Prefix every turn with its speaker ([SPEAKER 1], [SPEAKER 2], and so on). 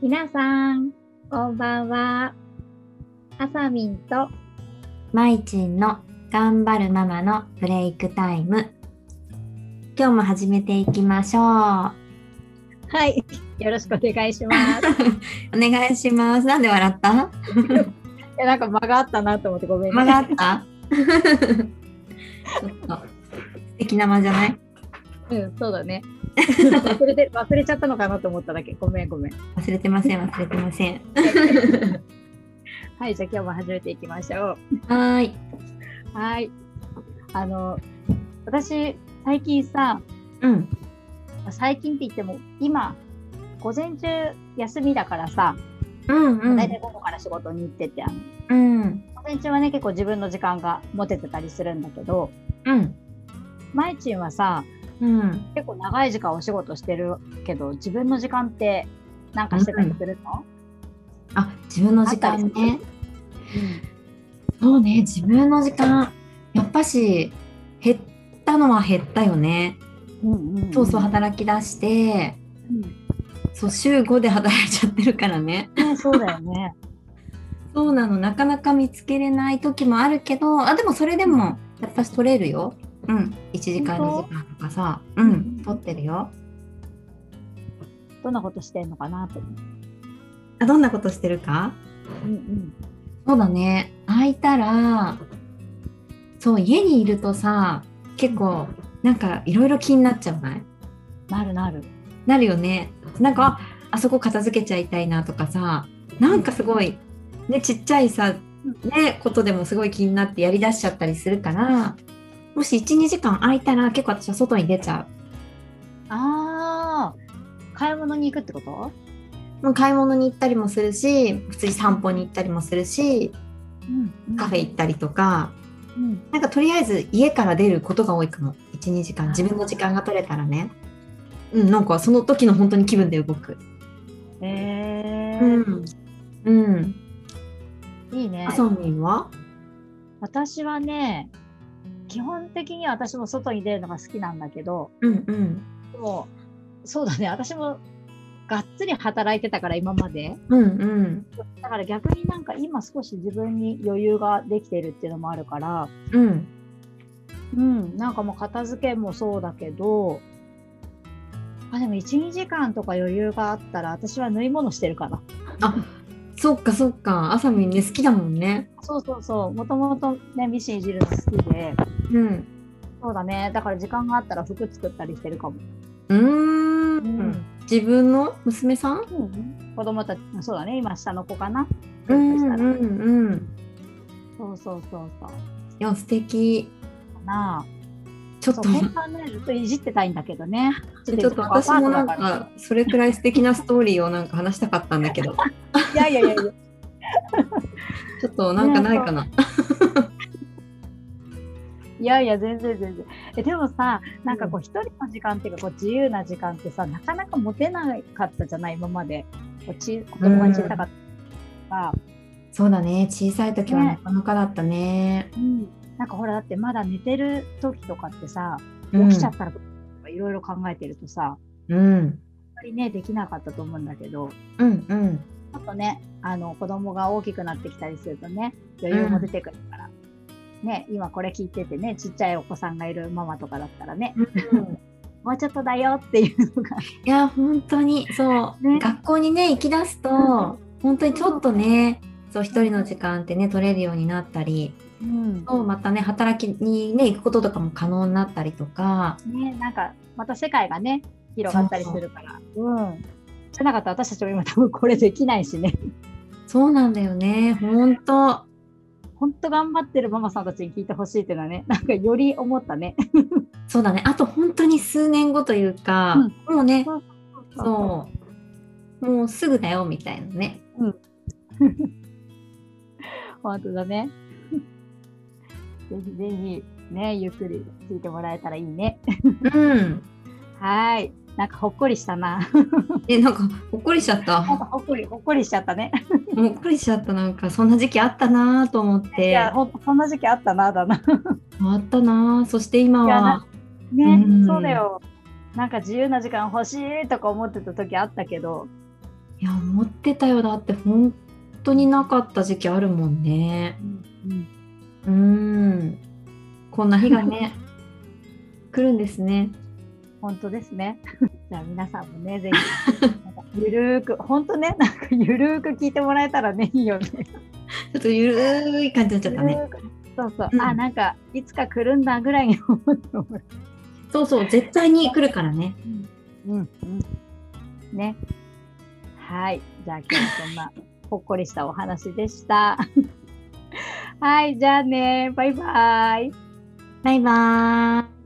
[SPEAKER 1] 皆さん、こんばんは。あさみんと、
[SPEAKER 2] まいちんの頑張るママのブレイクタイム。今日も始めていきましょう。
[SPEAKER 1] はい、よろしくお願いします。
[SPEAKER 2] お願いします。なんで笑った
[SPEAKER 1] いやなんか間があったなと思ってごめん
[SPEAKER 2] 間
[SPEAKER 1] ね。
[SPEAKER 2] があった ちょっと素敵な間じゃない
[SPEAKER 1] うん、そうだね。 忘れてる、忘れちゃったのかなと思っただけ。ごめん、ごめん。
[SPEAKER 2] 忘れてません、忘れてません。
[SPEAKER 1] はい、じゃあ今日も始めていきましょう。
[SPEAKER 2] はーい。
[SPEAKER 1] はい。あの、私、最近さ、
[SPEAKER 2] うん。
[SPEAKER 1] 最近って言っても、今、午前中休みだからさ、
[SPEAKER 2] うんう
[SPEAKER 1] 大
[SPEAKER 2] ん
[SPEAKER 1] 体。午後から仕事に行ってて、あの
[SPEAKER 2] うん。
[SPEAKER 1] 午前中はね、結構自分の時間が持ててたりするんだけど、
[SPEAKER 2] うん。
[SPEAKER 1] まいちんはさ、
[SPEAKER 2] うん。
[SPEAKER 1] 結構長い時間お仕事してるけど、自分の時間ってなんかしてたりするの、
[SPEAKER 2] あ、自分の時間
[SPEAKER 1] あったり
[SPEAKER 2] ね。そうね、自分の時間。やっぱし、減ったのは減ったよね。
[SPEAKER 1] うん、うんうん
[SPEAKER 2] そうそう、働き出して、
[SPEAKER 1] うん
[SPEAKER 2] そう、週5で働いちゃってるからね。
[SPEAKER 1] ね、そうだよね。
[SPEAKER 2] そうなの、なかなか見つけれない時もあるけど、あ、でもそれでも、やっぱし取れるよ。うん。1時間、2
[SPEAKER 1] 本当
[SPEAKER 2] 時間とかさ、うん、取ってるよ。
[SPEAKER 1] どんなことしてんのかなと思って。
[SPEAKER 2] あ、どんなことしてるか
[SPEAKER 1] うん
[SPEAKER 2] そうだね。空いたら、そう、家にいるとさ、結構、なんかいろいろ気になっちゃうない
[SPEAKER 1] うん、なるなる。
[SPEAKER 2] なるよね。なんか、ああそこ片付けちゃいたいなとかさ、なんかすごい、ね、ちっちゃいさ、ね、ことでもすごい気になってやりだしちゃったりするから、もし1、2時間空いたら結構私は外に出ちゃ
[SPEAKER 1] ああ、買い物に行くってこと
[SPEAKER 2] う。もう買い物に行ったりもするし、普通に散歩に行ったりもするし、
[SPEAKER 1] うん
[SPEAKER 2] カフェ行ったりとか、
[SPEAKER 1] うん、
[SPEAKER 2] なんかとりあえず家から出ることが多いかも。1、2時間、自分の時間が取れたらね。うん、なんかその時の本当に気分で動く。
[SPEAKER 1] え
[SPEAKER 2] う
[SPEAKER 1] ー
[SPEAKER 2] ん。うん。
[SPEAKER 1] いいね
[SPEAKER 2] あ。さみんは
[SPEAKER 1] 私はね、基本的には私も外に出るのが好きなんだけど、
[SPEAKER 2] うんうん。
[SPEAKER 1] でもそうだね、私もがっつり働いてたから、今まで。
[SPEAKER 2] うんうん。
[SPEAKER 1] だから逆になんか今少し自分に余裕ができてるっていうのもあるから、
[SPEAKER 2] うん。
[SPEAKER 1] うん、なんかもう片付けもそうだけど、あ、でも1、2時間とか余裕があったら、私は縫い物してるかな。
[SPEAKER 2] あ、そっかそっか。あさみんね、好きだもんね。
[SPEAKER 1] そうそうそう、もともとね、ミシンいじるの好きで、
[SPEAKER 2] うん。
[SPEAKER 1] そうだね、だから時間があったら服作ったりしてるかも。
[SPEAKER 2] うーん。自分の娘さ
[SPEAKER 1] う
[SPEAKER 2] ん
[SPEAKER 1] ん子供たち、そうだね、今下の子かな。
[SPEAKER 2] んうん。
[SPEAKER 1] そうそうそうそう。
[SPEAKER 2] いや、素敵。
[SPEAKER 1] かな
[SPEAKER 2] ちょっ
[SPEAKER 1] そ
[SPEAKER 2] と
[SPEAKER 1] う、。本当はね、ずっといじってたいんだけどね。
[SPEAKER 2] ちょっと私もなん
[SPEAKER 1] アパートだら
[SPEAKER 2] かそれくらい素敵なストーリーをなんか話したかったんだ けど
[SPEAKER 1] いやいやいやいや。
[SPEAKER 2] ちょっとなんかないかな、
[SPEAKER 1] いやいや、全然全然。えでもさ、なんかこう、一人の時間っていうか、こう自由な時間ってさ、なかなか持てなかったじゃない、今まで。こうち子供が小さかったから、
[SPEAKER 2] そうだね小さい時は
[SPEAKER 1] ね
[SPEAKER 2] なかなかだったね
[SPEAKER 1] うんなんかほら、だってまだ寝てる時とかってさ、起
[SPEAKER 2] うん
[SPEAKER 1] きちゃったらとか、いろいろ考えてるとさ、やっ
[SPEAKER 2] うん
[SPEAKER 1] ぱりね、できなかったと思うんだけど、
[SPEAKER 2] うんうん
[SPEAKER 1] ちょっとね、あの子供が大きくなってきたりするとね、余裕も出てくるから、ね、今これ聞いててね、ちっちゃいお子さんがいるママとかだったらね、もうちょっとだよっていうのが、
[SPEAKER 2] いや本当にそう、
[SPEAKER 1] ね
[SPEAKER 2] 学校にね行き出すと本当にちょっとねそう一人の時間ってね取れるようになったり
[SPEAKER 1] うん
[SPEAKER 2] そうまたね働きにね行くこととかも可能になったりとか
[SPEAKER 1] ね、なんかまた世界がね、広がったりするから、うん。じゃなかったら私たちも今多分これできないしね、
[SPEAKER 2] そうなんだよね本当
[SPEAKER 1] 本当頑張ってるママさんたちに聞いてほしいっていうのはね、なんかより思ったね。
[SPEAKER 2] そうだねあと本当に数年後というか、もうねそうもうすぐだよみたいなね
[SPEAKER 1] う。 本当だね。ぜひぜひ、ね、ゆっくり聞いてもらえたらいいね。
[SPEAKER 2] うん
[SPEAKER 1] はーい。なんかほっこりしたな。
[SPEAKER 2] えなんかほっこりしち ゃった
[SPEAKER 1] なんかほっこり、ほっこりしちゃったね。
[SPEAKER 2] ほっこりしちゃったなんかそんな時期あったなぁと思 っ
[SPEAKER 1] い
[SPEAKER 2] て
[SPEAKER 1] や、
[SPEAKER 2] あ
[SPEAKER 1] ほんそんな時期あったな、だな。
[SPEAKER 2] ったなぁそして今
[SPEAKER 1] いや
[SPEAKER 2] は
[SPEAKER 1] なね
[SPEAKER 2] う、ん
[SPEAKER 1] そうだよ。なんか自由な時間欲しいとか思ってた時あったけど、
[SPEAKER 2] いや思ってたよだって本当になかった時期あるもんね
[SPEAKER 1] うん
[SPEAKER 2] うんこんな日がね 来るんですね
[SPEAKER 1] 本当ですね。 じゃあ皆さんもね、ぜひ、なんかゆるーく、 本当ね、なんかゆるーく聞いてもらえたらね、いいよね。
[SPEAKER 2] ちょっとゆるーい感じになっちゃった
[SPEAKER 1] ゆ
[SPEAKER 2] ね
[SPEAKER 1] るーくそうそう、
[SPEAKER 2] うん
[SPEAKER 1] あ、なんか、いつか来るんだぐらいに思ってもら
[SPEAKER 2] そうそう絶対に来るからね
[SPEAKER 1] う。うん、うん。ね。はい。じゃあ今日はそんな、ほっこりしたお話でした。はい、じゃあね、バイバイ。
[SPEAKER 2] バイバーイ